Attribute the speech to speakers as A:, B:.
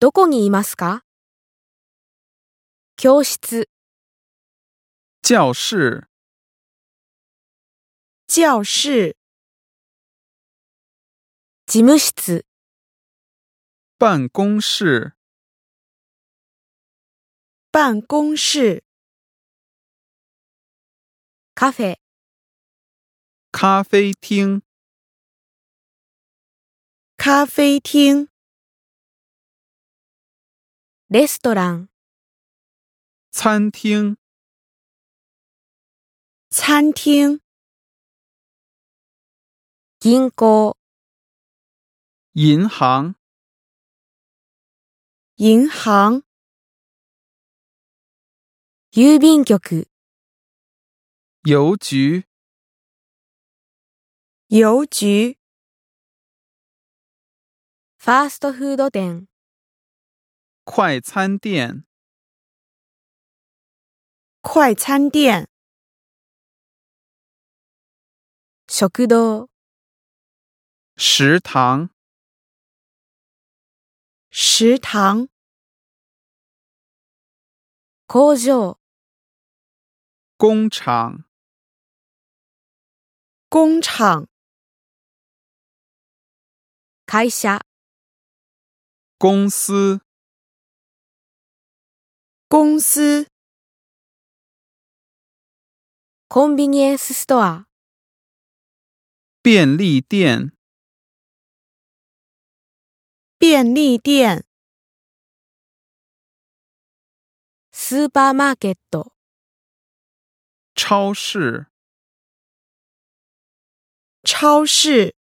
A: どこにいますか教室、
B: 教室、
C: 教室、
A: 事務室、
B: 办公室、
C: 办公室、
A: カフェ、
B: 咖啡厅、
C: 咖啡厅、
A: レストラン、
B: 餐厅、
C: 餐厅、
A: 銀行、
B: 银行、
C: 银行、
A: 郵便局、
B: 邮局、
C: 邮局、
A: ファーストフード店、
B: 快餐店、
C: 快餐店、
A: 食堂、
B: 食堂、
C: 食堂、
A: 工場、
B: 工厂、
C: 工厂、
A: 会社、
B: 公司、
C: 公司、
A: コンビニエンスストア、
B: 便利店、
C: 便利店、
A: スーパーマーケット、
B: 超市。
C: 超市。